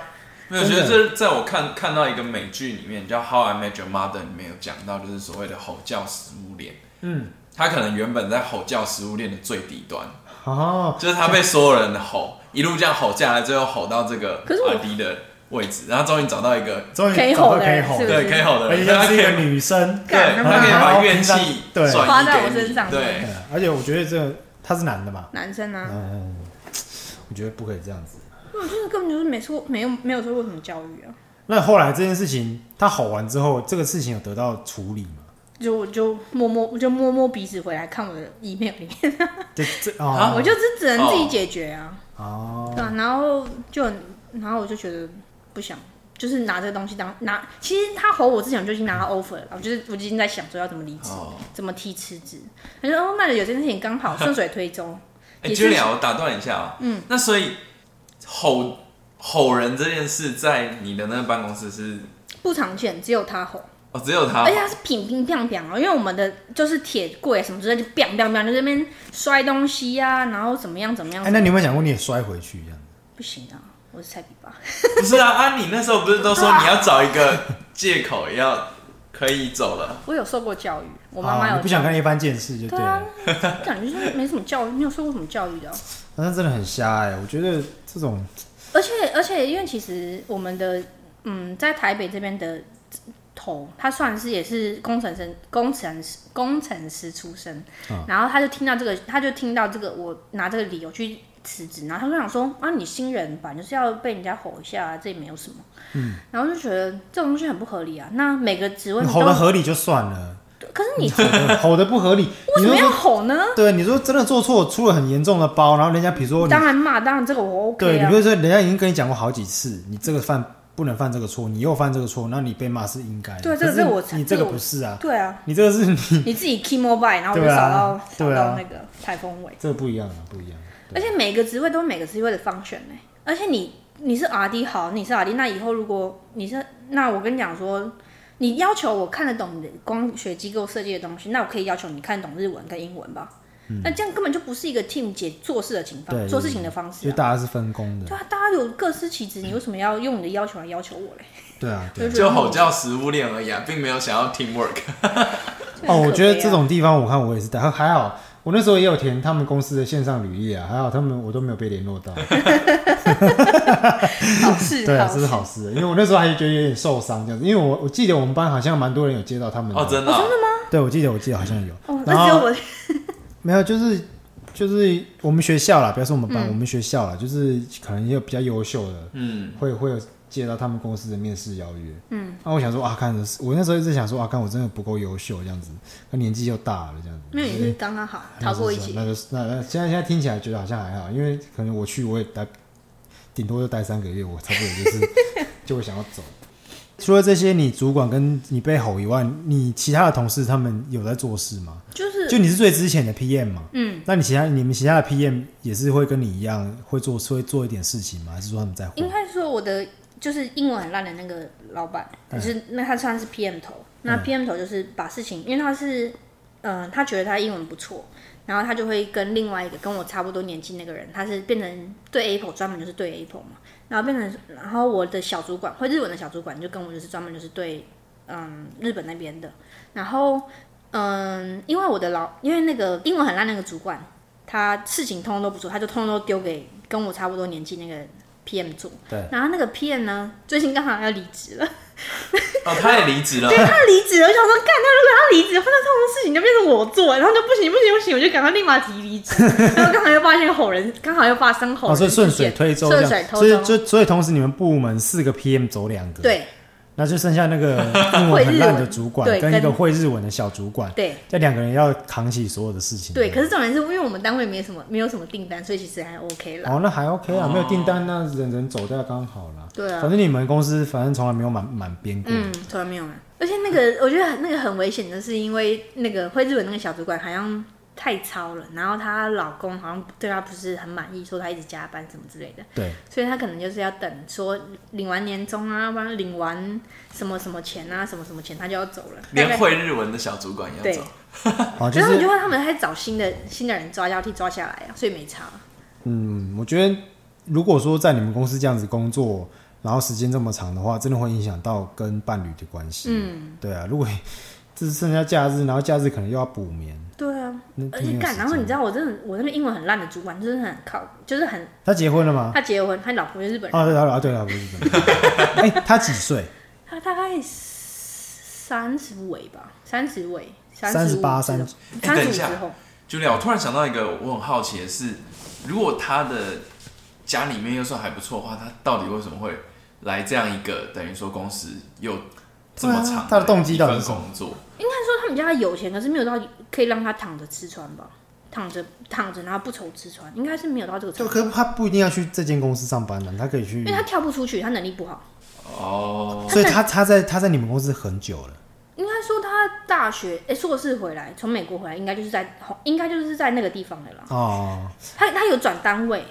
Speaker 3: 没有，我
Speaker 2: 真
Speaker 3: 觉
Speaker 2: 的
Speaker 3: 得这在我看看到一个美剧里面叫《How I Met Your Mother》里面有讲到，就是所谓的吼叫食物链。
Speaker 2: 嗯，
Speaker 3: 他可能原本在吼叫食物链的最底端，
Speaker 2: 哦，
Speaker 3: 就是他被所有人吼，一路这样吼下来，最后吼到这个
Speaker 1: 可是我
Speaker 3: 阿 D 的位置，然后终于找到一个
Speaker 2: 终
Speaker 1: 可以
Speaker 2: 于找到
Speaker 1: 吼的
Speaker 2: 可以
Speaker 1: 人
Speaker 2: 吼
Speaker 1: 是不
Speaker 2: 的，
Speaker 1: 是
Speaker 3: 对可以吼的
Speaker 2: 而且
Speaker 3: 人，
Speaker 2: 又
Speaker 3: 他可
Speaker 2: 是一
Speaker 3: 以
Speaker 2: 哎个女生，
Speaker 3: 对，
Speaker 1: 干
Speaker 3: 他可以
Speaker 2: 然后
Speaker 3: 把怨
Speaker 2: 平
Speaker 3: 气
Speaker 2: 常对
Speaker 3: 转
Speaker 1: 花
Speaker 3: 移
Speaker 1: 在我
Speaker 3: 给你
Speaker 1: 身上
Speaker 3: 对
Speaker 2: 对，，而且我觉得这个他是男的嘛，
Speaker 1: 男生啊，
Speaker 2: 嗯，我觉得不可以这样子。
Speaker 1: 我觉得根本就是没受没有没有受过什么教育啊，
Speaker 2: 那后来这件事情，他吼完之后，这个事情有得到处理吗？
Speaker 1: 就我就默默我就摸摸鼻子回来看我的 email 里面，
Speaker 2: 这这
Speaker 3: 啊
Speaker 2: 哦
Speaker 1: 我就只只能自己解决啊，
Speaker 2: 哦，
Speaker 1: 对啊，然后就很然后我就觉得不想，就是拿这个东西当拿，其实他吼我之前我就已经拿到 offer 了，我就是我已经在想说要怎么离职，
Speaker 3: 哦，
Speaker 1: 怎么提辞职，他说哦，那有件事情刚好顺水推舟，
Speaker 3: 哎
Speaker 1: 也是
Speaker 3: Julia，我打断一下啊，嗯，那所以吼吼人这件事在你的那个办公室是
Speaker 1: 不常见，只有他吼。
Speaker 3: 哦，只有他
Speaker 2: 啊
Speaker 1: 而且它是乒乒乓乓哦，因为我们的就是铁柜什么之类，就 biang biang biang 就在那边摔东西呀、然后怎么样怎么样，
Speaker 2: 哎，那你有没有想过你也摔回去这样？
Speaker 1: 不行啊，我是菜比吧，
Speaker 3: 不是啊，啊，你那时候不是都说你要找一个借口要可以走了。
Speaker 1: 我有受过教育，我妈
Speaker 2: 啊
Speaker 1: 妈有啊
Speaker 2: 你不想跟一般见识就对了。
Speaker 1: 感觉就是没什么教育，没有受过什么教育的哦、
Speaker 2: 那真的很瞎哎、我觉得这种
Speaker 1: 而且而且，因为其实我们的嗯，在台北这边的头，他算是也是工程生、工程师、工程师出身，
Speaker 2: 啊
Speaker 1: 然后他就听到这个，他就听到这个，我拿这个理由去辞职，然后他就想说啊，你新人吧，你就是要被人家吼一下、啊这也没有什么，嗯，然后就觉得这种东西很不合理啊。那每个职位你
Speaker 2: 吼的
Speaker 1: 都，
Speaker 2: 合理就算了，
Speaker 1: 可是你
Speaker 2: 吼的不合理，
Speaker 1: 为
Speaker 2: 你
Speaker 1: 什
Speaker 2: 就
Speaker 1: 么要
Speaker 2: 说
Speaker 1: 吼呢？
Speaker 2: 对，你说真的做错出了很严重的包，然后人家比如说你
Speaker 1: 当然骂，当然这个我 OK
Speaker 2: 对，你
Speaker 1: 啊
Speaker 2: 比。如说人家已经跟你讲过好几次，你这个犯不能犯这个错，你又犯这个错，那你被骂是应该的。
Speaker 1: 对这个
Speaker 2: 可是
Speaker 1: 是我才
Speaker 2: 你这
Speaker 1: 这
Speaker 2: 个
Speaker 1: 个我
Speaker 2: 不是啊，
Speaker 1: 对啊，
Speaker 2: 你这个是你
Speaker 1: 你自己 key mobile，然后我就
Speaker 2: 对啊
Speaker 1: 扫到、扫
Speaker 2: 对啊
Speaker 1: 到那个台风尾。
Speaker 2: 这个不一样啊，不一样。
Speaker 1: 而且每个职位都有每个职位的 function 呢、而且你你是 R D 好，你是 R D，那以后如果你是那我跟你讲说，你要求我看得懂你的光学机构设计的东西，那我可以要求你看得懂日文跟英文吧？那这样根本就不是一个 team 姐做事的情
Speaker 2: 嗯对
Speaker 1: 方，
Speaker 2: 对
Speaker 1: 做事情的方式、
Speaker 2: 所以
Speaker 1: 啊。
Speaker 2: 大家是分工的
Speaker 1: 对，啊，大家有各司其职，你为什么要用你的要求来要求我嘞？
Speaker 2: 对啊，对啊。
Speaker 1: 我觉得
Speaker 3: 就吼叫食物链而已啊，并没有想要 teamwork。
Speaker 1: 这
Speaker 2: 哦，
Speaker 1: 很可悲啊
Speaker 2: 我觉得这种地方我看我也是带，还好我那时候也有填他们公司的线上履历啊，还好他们我都没有被 联络到，
Speaker 1: 好事，
Speaker 2: 对啊，
Speaker 1: 事
Speaker 2: 这是好事，因为我那时候还觉得有点受伤这样子，因为我我记得我们班好像蛮多人有接到他们的，
Speaker 3: 哦，真的哦、
Speaker 2: 对我记得我记得好像有，
Speaker 1: 哦，
Speaker 2: 然
Speaker 1: 那只有
Speaker 2: 后
Speaker 1: 我
Speaker 2: 没有就是。就是我们学校啦，不要说我们
Speaker 1: 嗯
Speaker 2: 班，我们学校啦，就是可能也有比较优秀的，
Speaker 3: 嗯，
Speaker 2: 会会有接到他们公司的面试邀约。嗯，那、我想说啊，看我那时候一直想说啊，看我真的不够优秀这样子，那年纪又大了这样子，
Speaker 1: 没有，也是刚刚好逃过一劫。
Speaker 2: 那哎就是那那现在现在听起来觉得好像还好，因为可能我去我也待，顶多就待三个月，我差不多就是 就会想要走。除了这些，你主管跟你被吼以外，你其他的同事他们有在做事吗？
Speaker 1: 就是
Speaker 2: 就你是最之前的 PM 嘛？
Speaker 1: 嗯，
Speaker 2: 那你其他你们其他的 PM 也是会跟你一样会做会做一点事情吗？还是说他们在
Speaker 1: 应
Speaker 2: 混？
Speaker 1: 该说我的就是英文很烂的那个老板，就是那他算是 PM 头，那 PM 头就是把事情，因为他是，呃，他觉得他英文不错，然后他就会跟另外一个跟我差不多年纪那个人，他是变成对 Apple 专门就是对 Apple 嘛，然后变成，然后我的小主管会日文的小主管就跟我就是专门就是对，嗯，日本那边的，然后。嗯，因为我的老，因为那个英文很烂那个主管，他事情通通都不做，他就通通都丢给跟我差不多年纪那个 PM 做。
Speaker 2: 对。
Speaker 1: 然后那个 PM 呢，最近刚好要离职了，
Speaker 3: 哦，他也离职了。
Speaker 1: 他离职了，我想说，干，那如果他离职的话，那他们事情就变成我做，然后就不行不行不行，我就赶快立马提离 职。然后刚好又发现吼人，刚好又发生吼
Speaker 2: 哦，
Speaker 1: 人
Speaker 2: 所
Speaker 1: 事件，
Speaker 2: 以顺水推舟这
Speaker 1: 顺水
Speaker 2: 样，所
Speaker 1: 推
Speaker 2: 以
Speaker 1: 舟。
Speaker 2: 就所以同时你们部门四个 PM 走两个，
Speaker 1: 对
Speaker 2: 那就剩下那 个英文很烂的主管
Speaker 1: 会日文对
Speaker 2: 跟一个
Speaker 1: 跟
Speaker 2: 会日文的小主管，
Speaker 1: 对
Speaker 2: 这两个人要扛起所有的事情。
Speaker 1: 对，可是重点是因为我们单位没什么没有什么订单，所以其实还 OK 啦。
Speaker 2: 哦，那还 OK 啊，
Speaker 3: 哦
Speaker 2: 没有订单，那人人走掉刚好啦。
Speaker 1: 对啊
Speaker 2: 反正你们公司反正从来没有满满编过。
Speaker 1: 嗯，从来没有啊。而且那 个，我觉得那个很危险的是，因为那个会日本那个小主管好像太糙了，然后她老公好像对她不是很满意，说她一直加班什么之类的，
Speaker 2: 对，
Speaker 1: 所以她可能就是要等说领完年终啊，不然领完什么什么钱啊，什么什么钱，她就要走了。大
Speaker 3: 连
Speaker 1: 概
Speaker 3: 会日文的小主管也
Speaker 1: 对
Speaker 3: 要走，
Speaker 2: 哦，就
Speaker 1: 然后你
Speaker 2: 是
Speaker 1: 就会他们在找新的新的人抓交替抓下来啊，所以没差。
Speaker 2: 嗯，我觉得如果说在你们公司这样子工作，然后时间这么长的话，真的会影响到跟伴侣的关系。嗯，对啊，如果只剩下假日，然后假日可能又要补眠，
Speaker 1: 对啊，
Speaker 2: 那
Speaker 1: 而
Speaker 2: 挺
Speaker 1: 且
Speaker 2: 有
Speaker 1: 干，
Speaker 2: 时
Speaker 1: 然后你
Speaker 2: 间
Speaker 1: 知道我真的我那个英文很烂的主管，就是很靠，就是很
Speaker 2: 他结婚了吗？
Speaker 1: 他结婚，他老婆是日本人。
Speaker 2: 哦，对啊，啊对啊，不是日 本人。哎，他几岁？
Speaker 1: 他大概三十尾吧，三十尾，
Speaker 2: 三十八、三
Speaker 1: 三
Speaker 2: 十
Speaker 3: 哎
Speaker 1: 三
Speaker 3: 等
Speaker 1: 十
Speaker 3: 一
Speaker 1: 五
Speaker 3: 下
Speaker 1: 之后，
Speaker 3: Julia，我突然想到一个我很好奇的是，啊如果他的家里面又算还不错的话，他到底为什么会来这样一个等于说公司又这么
Speaker 2: 对
Speaker 3: 长
Speaker 2: 啊他的动机到底
Speaker 3: 一
Speaker 2: 是什
Speaker 3: 份
Speaker 2: 么
Speaker 3: 工作？
Speaker 1: 应该说他们家有钱，可是没有到可以让他躺着吃穿吧，躺着躺着然后不愁吃穿，应该是没有到这个程度，
Speaker 2: 就可是他不一定要去这间公司上班呢，啊他可以去
Speaker 1: 因为。他跳不出去，他能力不好。
Speaker 3: 哦，
Speaker 2: 所以他他在他在你们公司很久了，
Speaker 1: 应该说他大学诶硕士回来，从美国回来，应该就是在应该就是在那个地方的啦。
Speaker 2: 哦，
Speaker 1: 他他有转单位，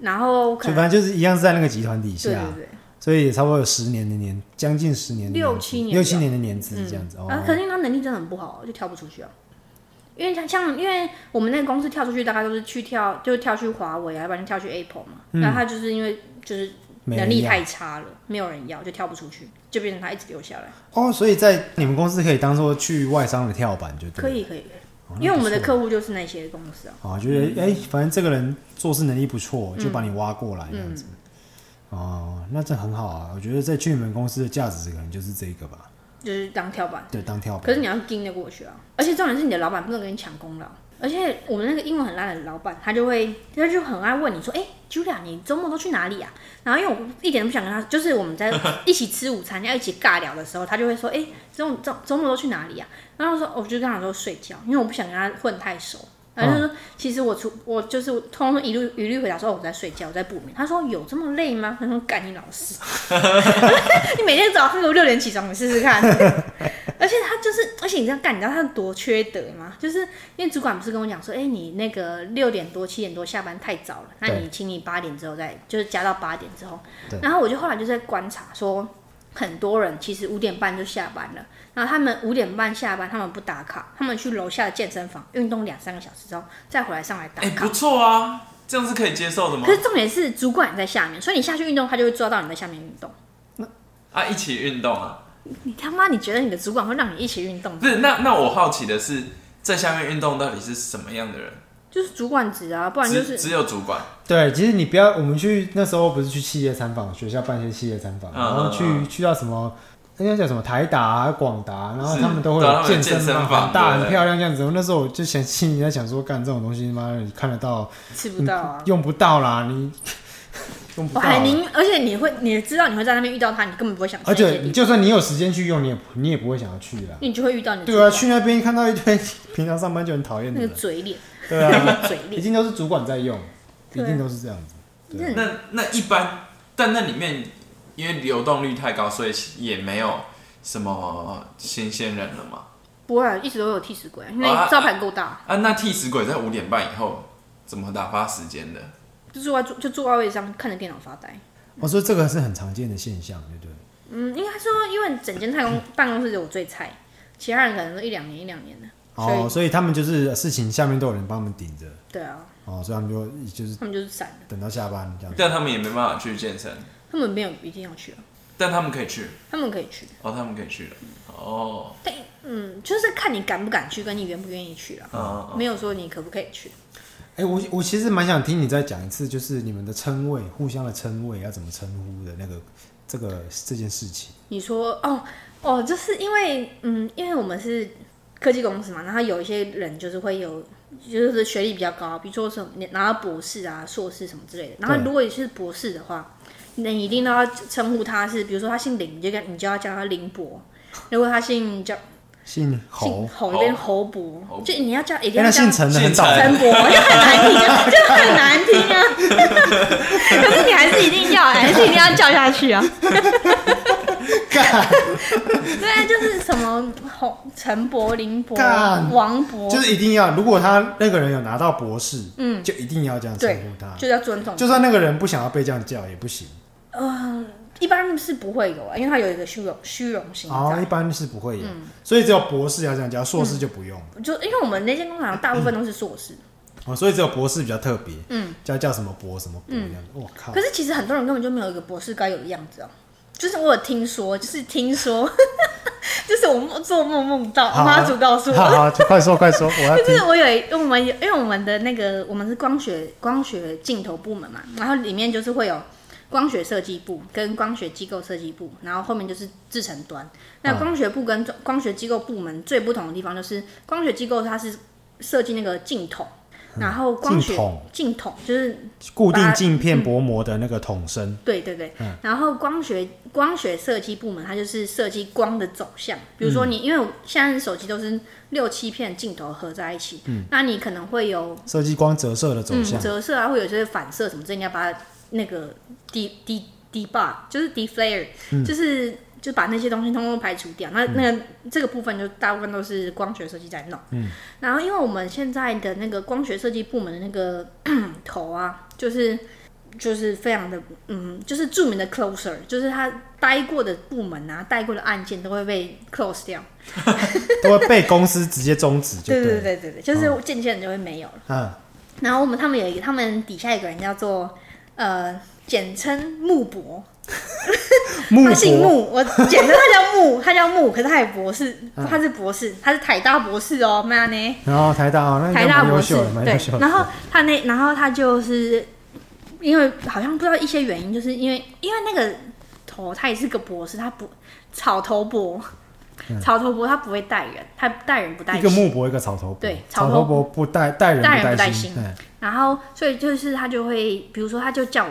Speaker 1: 然后可
Speaker 2: 所以
Speaker 1: 能
Speaker 2: 反正就是一样是在那个集团底
Speaker 1: 对
Speaker 2: 下，
Speaker 1: 对对。
Speaker 2: 所以也差不多有十年的年，将近十年的
Speaker 1: 六
Speaker 2: 年资
Speaker 1: 七年
Speaker 2: 六
Speaker 1: 有
Speaker 2: 七年的年资这样子、
Speaker 1: 啊，可是
Speaker 2: 哦。
Speaker 1: 因为他能力真的很不好，就跳不出去啊。因为他像，因为我们那个公
Speaker 2: 嗯
Speaker 1: 司跳出去，大概都是去跳，就是跳去华为啊，要不然就跳去 Apple 嘛。那、他就是因为就是
Speaker 2: 没
Speaker 1: 能力
Speaker 2: 要
Speaker 1: 太差了，没有人要，就跳不出去，就变成他一直留下来。
Speaker 2: 哦，所以在你们公司可以当做去外商的跳板，就对了
Speaker 1: 可以可以，
Speaker 2: 哦那
Speaker 1: 因为我们的
Speaker 2: 不错
Speaker 1: 客户就是那些公司啊。
Speaker 2: 啊，觉得哎、反正这个人做事能力不错，
Speaker 1: 嗯
Speaker 2: 就把你挖过来这样子。哦，那这很好啊！我觉得在去你们公司的价值可能就是这个吧，
Speaker 1: 就是当跳板。
Speaker 2: 对，当跳
Speaker 1: 可
Speaker 2: 板
Speaker 1: 是。你要盯得过去啊，而且重点是你的老板不能跟你抢功劳。而且我们那个英文很烂的老板，他就会他就很爱问你说：“哎、j u l i a 你周末都去哪里啊？”然后因为我一点都不想跟他，就是我们在一起吃午餐要一起尬聊的时候，他就会说：“哎、周周周末都去哪里啊？”然后我说：“哦我就跟他说睡觉，因为我不想跟他混太熟。”然后他就说：“其实我出我就是通通一律一律回答说、哦、我在睡觉，我在补眠。”他说：“有这么累吗？”他说：“干你老师， 你每天早上六点起床，你试试看。”而且他就是，而且你知道干，你知道他多缺德吗？就是因为主管不是跟我讲说，哎、你那个六点多、七点多下班太早了，那
Speaker 2: 对
Speaker 1: 你请你八点之后再，就是加到八点之后
Speaker 2: 对。
Speaker 1: 然后我就后来就在观察说，很多人其实五点半就下班了，然后他们五点半下班，他们不打卡，他们去楼下的健身房运动两三个小时之后，再回来上来打
Speaker 3: 哎、
Speaker 1: 卡
Speaker 3: 不。错啊，这样是可以接受的吗
Speaker 1: 可？是重点是主管也在下面，所以你下去运动，他就会抓到你在下面运动。
Speaker 3: 啊，一起运动啊，
Speaker 1: 你他妈，你觉得你的主管会让你一起运动吗？
Speaker 3: 不是？那那我好奇的是，在下面运动到底是什么样的人？
Speaker 1: 就是主管职啊，不然就
Speaker 3: 只
Speaker 1: 是
Speaker 3: 只有主管，
Speaker 2: 对，其实你不要，我们去那时候不是去企业参访，学校办一些企业参访，
Speaker 3: 嗯
Speaker 2: 然后去、
Speaker 3: 嗯嗯
Speaker 2: 去到什么。应该叫什么台达、啊、广达，然后他们都会
Speaker 3: 对他
Speaker 2: 有
Speaker 3: 们有
Speaker 2: 身
Speaker 3: 健身
Speaker 2: 房，
Speaker 3: 房
Speaker 2: 很大、
Speaker 3: 对
Speaker 2: 很漂亮这样子。那时候我就想心里在想说，干这种东西，妈的，你看得到，
Speaker 1: 吃不到啊。
Speaker 2: 用不到啦，你用不
Speaker 1: 我
Speaker 2: 到
Speaker 1: 还
Speaker 2: 啊。
Speaker 1: 宁，而且你会，你知道你会在那边遇到他，你根本不会想去
Speaker 2: 而
Speaker 1: 那些
Speaker 2: 且你
Speaker 1: 地
Speaker 2: 就算你有时间去用，你也你也不会想要去啦
Speaker 1: 方，。你就会遇到你的
Speaker 2: 对啊，
Speaker 1: 主
Speaker 2: 去那边看到一堆平常上班就很讨厌
Speaker 1: 管那
Speaker 2: 的人
Speaker 1: 个，嘴 脸，
Speaker 2: 对啊，
Speaker 1: 嘴
Speaker 2: 一
Speaker 1: 脸，
Speaker 2: 定都是主管在用，一
Speaker 1: 对啊
Speaker 2: 定都是这样子。对
Speaker 1: 真的
Speaker 3: 那那一般，但那里面因为流动率太高，所以也没有什么新鲜人了嘛。
Speaker 1: 不会啊，一直都有替死鬼啊，因为
Speaker 3: 啊
Speaker 1: 招牌够大，
Speaker 3: 啊，那替死鬼在五点半以后怎么打发时间的？
Speaker 1: 就坐在就坐在位置上看着电脑发呆。
Speaker 2: 我说哦这个是很常见的现象，对不对？
Speaker 1: 嗯，应该说，因为整间太空办公室只有我最菜，其他人可能都一两年一两年的。所
Speaker 2: 哦，
Speaker 1: 以
Speaker 2: 所以他们就是事情下面都有人帮他们顶着，
Speaker 1: 对啊，
Speaker 2: 哦，所以他们就就是
Speaker 1: 他们就是散了，
Speaker 2: 等到下班这样。
Speaker 3: 但他们也没办法去健身，
Speaker 1: 他们没有一定要去啊，
Speaker 3: 但他们可以去
Speaker 1: 他们可以去，
Speaker 3: 哦，他们可以去了哦，
Speaker 1: 但嗯，就是看你敢不敢去，跟你愿不愿意去啦，
Speaker 3: 嗯，嗯
Speaker 1: 没有说你可不可以去。
Speaker 2: 哎、我我其实蛮想听你再讲一次，就是你们的称谓，互相的称谓要怎么称呼的那个这个这件事情。
Speaker 1: 你说哦哦，就是因为嗯，因为我们是科技公司嘛，然后有一些人就是会有，就是学历比较高，比如说什么你拿到博士啊、硕士什么之类的。然后
Speaker 2: 对
Speaker 1: 如果你是博士的话，你一定都要称呼他是，比如说他姓林，你就跟你就要叫他林博；如果他姓叫
Speaker 2: 姓
Speaker 1: 姓侯，
Speaker 2: 侯，
Speaker 3: 侯
Speaker 1: 就变侯博
Speaker 3: 侯，
Speaker 1: 就你要叫一定要
Speaker 2: 哎、那
Speaker 1: 叫
Speaker 2: 姓陈的很
Speaker 3: 姓
Speaker 2: 早
Speaker 3: 陈
Speaker 1: 陈博，就很难听啊，就很难听啊。 可是你还是一定要，还是一定要叫下去啊。
Speaker 2: 干，
Speaker 1: 对，啊就是什么洪陈柏、林柏、
Speaker 2: 干
Speaker 1: 王柏，
Speaker 2: 就是一定要，如果他那个人有拿到博士，
Speaker 1: 嗯，
Speaker 2: 就一定要这样称
Speaker 1: 对
Speaker 2: 呼他。
Speaker 1: 就要尊重。呃
Speaker 2: 就算那个人不想要被这样叫也不行。
Speaker 1: 一般是不会有啊，因为他有一个虚荣虚荣心
Speaker 2: 哦，一
Speaker 1: 在。
Speaker 2: 般是不会有，
Speaker 1: 嗯
Speaker 2: 所以只有博士要这样叫，硕士就不用。
Speaker 1: 就因为我们那间工厂大部分都是硕士，
Speaker 2: 哦，所以只有博士比较特别，
Speaker 1: 嗯，
Speaker 2: 叫叫什么博什么博这样子。我靠
Speaker 1: 可，是其实很多人根本就没有一个博士该有的样子哦、就是我有听说，就是听说， 就是我梦做梦梦到，我
Speaker 2: 好啊
Speaker 1: 妈祖告诉我
Speaker 2: 好，好，快说 快说，我要
Speaker 1: 就
Speaker 2: 听
Speaker 1: 是。我有一，因为我们有，因为我们的那个我们是光学光学镜头部门嘛，然后里面就是会有光学设计部跟光学机构设计部，然后后面就是制成端。那
Speaker 2: 嗯
Speaker 1: 光学部跟光学机构部门最不同的地方就是，光学机构它是设计那个镜筒，然后光学
Speaker 2: 镜筒
Speaker 1: 镜筒就是
Speaker 2: 固定镜片薄膜的那个筒身，
Speaker 1: 对对对，
Speaker 2: 嗯
Speaker 1: 然后光学光学设计部门，它就是设计光的走向。比如
Speaker 2: 嗯
Speaker 1: 说你，因为我现在手机都是六七片镜头合在一起，
Speaker 2: 嗯
Speaker 1: 那你可能会有
Speaker 2: 设计光折射的走
Speaker 1: 嗯
Speaker 2: 向。
Speaker 1: 折射啊，或者是反射什么之类，你要把它那个 d d debug 就是 deflare，、就是
Speaker 2: 嗯
Speaker 1: 就把那些东西通通排除掉。那那个、这个部分就大部分都是光学设计在弄。嗯，然后因为我们现在的那个光学设计部门的那个 头啊，就是就是非常的嗯，就是著名的 closer，就是他待过的部门啊，待过的案件都会被 close 掉。
Speaker 2: 都会被公司直接终止就
Speaker 1: 对
Speaker 2: 对哦
Speaker 1: 对
Speaker 2: 了。
Speaker 1: 对对对，就是渐渐的就会没有了。
Speaker 2: 嗯，
Speaker 1: 然后我们他们有一个，他们底下有个人叫做呃，简称木博，
Speaker 2: 木
Speaker 1: 他姓
Speaker 2: 博
Speaker 1: 木，我简称他叫 木，他叫木，可是他也博士，
Speaker 2: 嗯
Speaker 1: 他是博士，他是台大博士哦，妈呢。
Speaker 2: 然后台大哦，那
Speaker 1: 台
Speaker 2: 应该
Speaker 1: 大
Speaker 2: 蛮
Speaker 1: 博
Speaker 2: 优
Speaker 1: 士
Speaker 2: 秀的，蛮优秀
Speaker 1: 对，
Speaker 2: 的。
Speaker 1: 然后他那，然后他就是因为好像不知道一些原因，就是因为因为那个头他也是个博士，他不草头博，草头博他不会带人，他带人不带
Speaker 2: 嗯一个
Speaker 1: 心
Speaker 2: 木博，一个草头博，
Speaker 1: 对
Speaker 2: 草
Speaker 1: 草
Speaker 2: 头
Speaker 1: 头
Speaker 2: 博不带带人
Speaker 1: 带人
Speaker 2: 不
Speaker 1: 不带
Speaker 2: 心，
Speaker 1: 心
Speaker 2: 哎
Speaker 1: 然后所以就是他就会，比如说他就叫我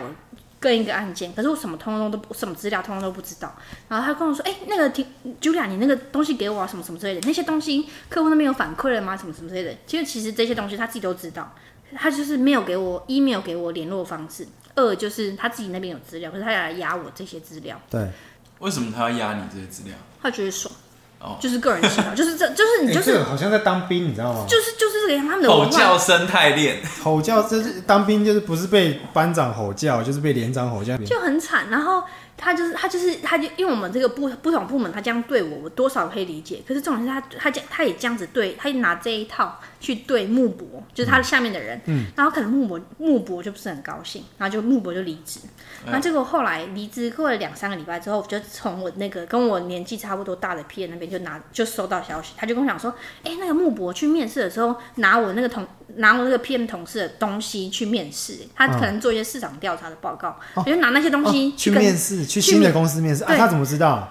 Speaker 1: 跟一个案件，可是我什么通通都不，什么资料通通都不知道。然后他跟我说，哎、那个听 Julia，你那个东西给我啊，什么什么之类的，那些东西客户那边有反馈了吗？什么什么之类的。其实其实这些东西他自己都知道，他就是没有给我一没有给我联络方式，二就是他自己那边有资料，可是他要来压我这些资料，
Speaker 2: 对，
Speaker 3: 为什么他要压你这些资料？
Speaker 1: 他觉得爽，
Speaker 3: 哦
Speaker 1: 就是个人喜好，就是这就是你就
Speaker 2: 哎这
Speaker 1: 是
Speaker 2: 个好像在当兵，你知道吗？
Speaker 1: 就是就是这个样他们的
Speaker 3: 吼
Speaker 1: 文化
Speaker 3: 叫生态链，
Speaker 2: 吼叫，这是当兵就是不是被班长吼叫，就是被连长吼叫。
Speaker 1: 就很惨。然后他就是他就是他就因为我们这个不不同部门，他这样对我，我多少可以理解。可是重点是他他这他也这样子对，他也拿这一套去对木博，就是他下面的人。嗯。然后可能木博木博就不是很高兴，然后就木博就离职。
Speaker 2: 嗯
Speaker 1: 然后结果后来离职过了两三个礼拜之后，我就从我那个跟我年纪差不多大的 P 那边就拿就收到消息，他就跟我讲说，哎，那个木博去面试的时候拿我那个同拿我那个 PM 同事的东西去面试，他可能做一些市场调查的报告，我就拿那些东西
Speaker 2: 嗯哦去
Speaker 1: 跟
Speaker 2: 面试，去
Speaker 1: 去
Speaker 2: 新的
Speaker 1: 面
Speaker 2: 公司面试啊？
Speaker 1: 对
Speaker 2: 他怎么知道？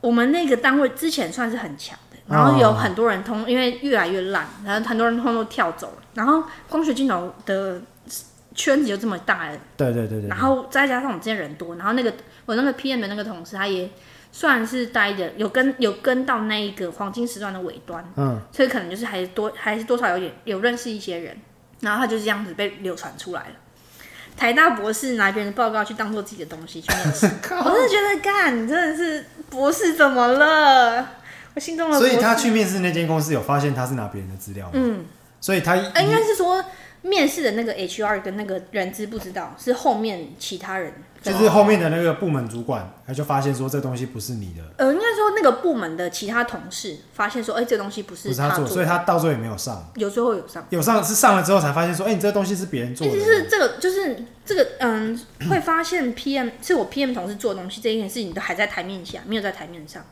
Speaker 1: 我们那个单位之前算是很强的，然后
Speaker 2: 哦
Speaker 1: 有很多人通，因为越来越烂，然后很多人通都跳走了。然后光学金融的圈子就这么大了，
Speaker 2: 对对对对
Speaker 1: 然后再加上我们之前人多，然后那个我那个 PM 的那个同事，他也算是待的有跟有跟到那一个黄金时段的尾端，
Speaker 2: 嗯，
Speaker 1: 所以可能就是还是多还是多少有点有认识一些人，然后他就是这样子被流传出来了。台大博士拿别人的报告去当做自己的东西去面 试，我真的觉得干，你真的是博士怎么了？我心中的博
Speaker 2: 所
Speaker 1: 士，
Speaker 2: 以他去面试那间公司有发现他是拿别人的资料吗？
Speaker 1: 嗯，
Speaker 2: 所以他
Speaker 1: 呃应该是说面试的那个 HR 跟那个人资不知道，是后面其他人跟
Speaker 2: 就是后面的那个部门主管，他就发现说这东西不是你的，
Speaker 1: 呃，应该说那个部门的其他同事发现说，哎、这东西不
Speaker 2: 不
Speaker 1: 是
Speaker 2: 是他做，
Speaker 1: 做，
Speaker 2: 所以他到最后也没有上，
Speaker 1: 有最后有上。
Speaker 2: 有上是上了之后才发现说，哎，你这东西是别人做
Speaker 1: 意
Speaker 2: 的
Speaker 1: 思。是这个就是这个嗯，会发现 PM 是我 PM 同事做的东西这一件事情都还在台面下，没有在台面上。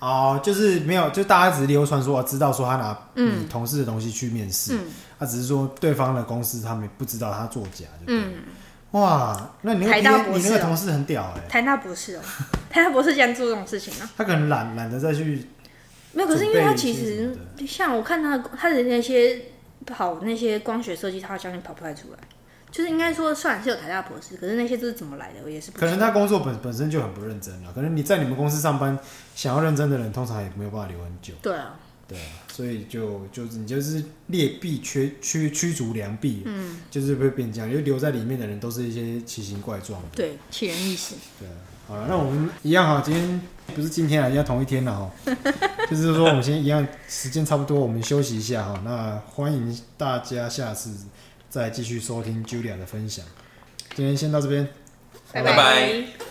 Speaker 2: 哦，就是没有，就大家只是流传说哦知道说他拿你同事的东西去面试，他只是说对方的公司他们不知道他作假，就对了。哇，那你那
Speaker 1: 台大
Speaker 2: 个
Speaker 1: 博士
Speaker 2: 你那个
Speaker 1: 哦
Speaker 2: 同事很屌哎、
Speaker 1: 台大博士哦，台大博士竟然做这种事情啊？
Speaker 2: 他可能懒懒得再去，
Speaker 1: 没有，可是因为他其
Speaker 2: 准
Speaker 1: 实
Speaker 2: 备一些
Speaker 1: 像我看他他的那些跑那些光学设计，他好像也跑不太出来。就是应该说，虽然是有台大博士，可是那些都是怎么来的，我也是不
Speaker 2: 可能
Speaker 1: 知道
Speaker 2: 他工作本本身就很不认真了。可能你在你们公司上班，想要认真的人，通常也没有办法留很久，
Speaker 1: 对啊，
Speaker 2: 对啊，所以就就是你就是劣币驱驱驱逐良币，嗯，就是会变这样，因为留在里面的人都是一些奇形怪状的。
Speaker 1: 对，起人意识。
Speaker 2: 对，啊好了，那我们一样哈，今天不是今天啊，一样同一天了哈，就是说我们先一样，时间差不多，我们休息一下哈。那欢迎大家下次再继续收听 Julia 的分享，今天先到这边，
Speaker 3: 拜拜
Speaker 1: 拜